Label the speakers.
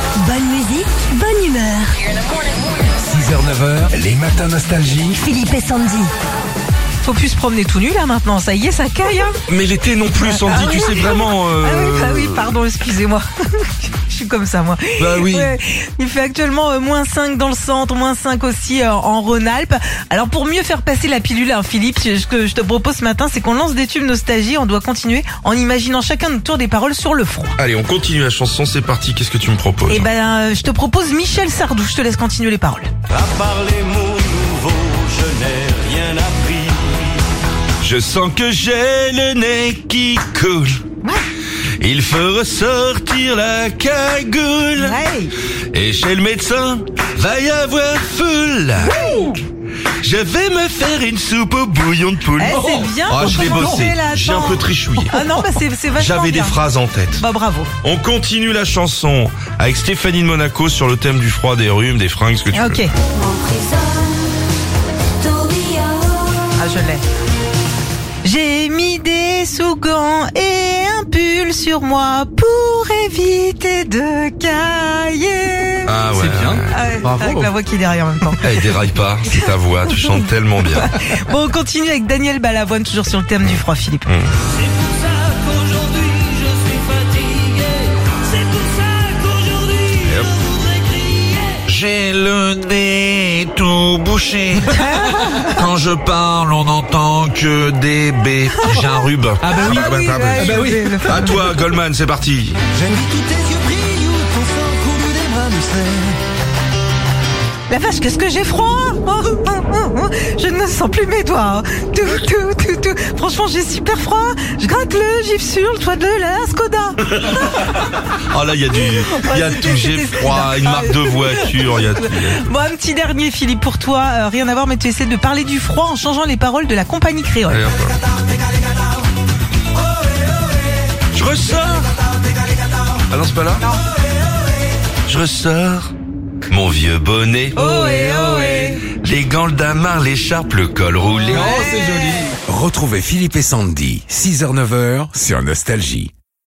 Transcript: Speaker 1: Bonne musique, bonne humeur.
Speaker 2: 6h-9h, les matins nostalgie.
Speaker 1: Philippe et Sandy.
Speaker 3: Faut plus se promener tout nu là maintenant, ça y est, ça caille. Hein
Speaker 4: Mais l'été non plus, Sandy,
Speaker 3: Ah
Speaker 4: tu
Speaker 3: oui.
Speaker 4: sais vraiment. euh,
Speaker 3: Ah oui, bah oui, pardon, excusez-moi. Je suis comme ça moi.
Speaker 4: Bah oui.
Speaker 3: Ouais, il fait actuellement euh, moins 5 dans le centre, moins 5 aussi euh, en Rhône-Alpes. Alors pour mieux faire passer la pilule, hein, Philippe, je- ce que je te propose ce matin, c'est qu'on lance des tubes nostalgie. On doit continuer en imaginant chacun notre tour des paroles sur le front.
Speaker 4: Allez, on continue la chanson, c'est parti, qu'est-ce que tu me proposes
Speaker 3: Et ben, euh, je te propose Michel Sardou. Je te laisse continuer les paroles.
Speaker 5: À part les mots nouveaux, je n'ai rien appris.
Speaker 4: Je sens que j'ai le nez qui coule. Il faut ressortir la cagoule.
Speaker 3: Ouais.
Speaker 4: Et chez le médecin, va y avoir foule. Je vais me faire une soupe au bouillon de poule.
Speaker 3: Eh, c'est bien
Speaker 4: Ah,
Speaker 3: pour
Speaker 4: je l'ai
Speaker 3: commencer,
Speaker 4: bossé.
Speaker 3: là,
Speaker 4: J'ai un
Speaker 3: attends.
Speaker 4: peu trichouillé.
Speaker 3: Ah non, bah c'est c'est vachement
Speaker 4: J'avais des
Speaker 3: bien.
Speaker 4: phrases en tête.
Speaker 3: Bah bravo.
Speaker 4: On continue la chanson avec Stéphanie de Monaco sur le thème du froid, des rhumes, des fringues, ce que tu
Speaker 3: Ah, Ok.
Speaker 4: veux.
Speaker 3: Ah, je l'ai. J'ai mis des sous-gants et un pull sur moi pour éviter de cailler.
Speaker 4: Ah ouais.
Speaker 3: Ah ouais, Avec la voix qui est derrière en même temps.
Speaker 4: Elle déraille pas, c'est ta voix, tu chantes tellement bien.
Speaker 3: Bon, on continue avec Daniel Balavoine, toujours sur le thème du froid, Philippe.
Speaker 6: C'est pour ça qu'aujourd'hui je suis fatigué. C'est pour ça qu'aujourd'hui je voudrais crier.
Speaker 7: J'ai le nez tout bouché. Quand je parle, on n'entend que des B.
Speaker 4: J'ai un rub. Ah bah oui,
Speaker 3: Ah bah oui, ouais, je vais le faire.
Speaker 4: À toi, Goldman, c'est parti.
Speaker 3: La vache, qu'est-ce que j'ai froid Oh, oh, oh, oh, Je ne sens plus mes doigts. hein. Tout, tout, tout, tout. Franchement, j'ai super froid. Je gratte le gifle sur le toit de la Skoda.
Speaker 4: Oh là, il y a du, il y a tout, j'ai
Speaker 3: C'était-
Speaker 4: froid, une marque de voiture, il y a tout.
Speaker 3: Bon, un petit dernier, Philippe, pour toi. Euh, rien à voir, mais tu essaies de parler du froid en changeant les paroles de la compagnie créole.
Speaker 4: Allez, hop là. Je ressors. Ah non, c'est pas là. Je ressors. Mon vieux bonnet.
Speaker 3: Ohé, ohé.
Speaker 4: Les gants, le damas, l'écharpe, le col roulé.
Speaker 2: Retrouvez Philippe et Sandy, 6h-9h, sur Nostalgie.